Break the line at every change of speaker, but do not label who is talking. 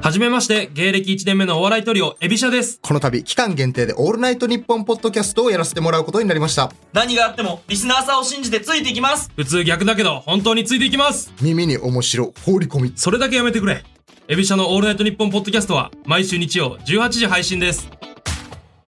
はじめまして、芸歴1年目のお笑いトリオ、エビシャです。
この度、期間限定でオールナイトニッポンポッドキャストをやらせてもらうことになりました。
何があってもリスナーさんを信じてついていきます
普通逆だけど、本当についていきます。
耳に面白、放り込み。
それだけやめてくれ。エビシャのオールナイトニッポンポッドキャストは、毎週日曜18時配信です。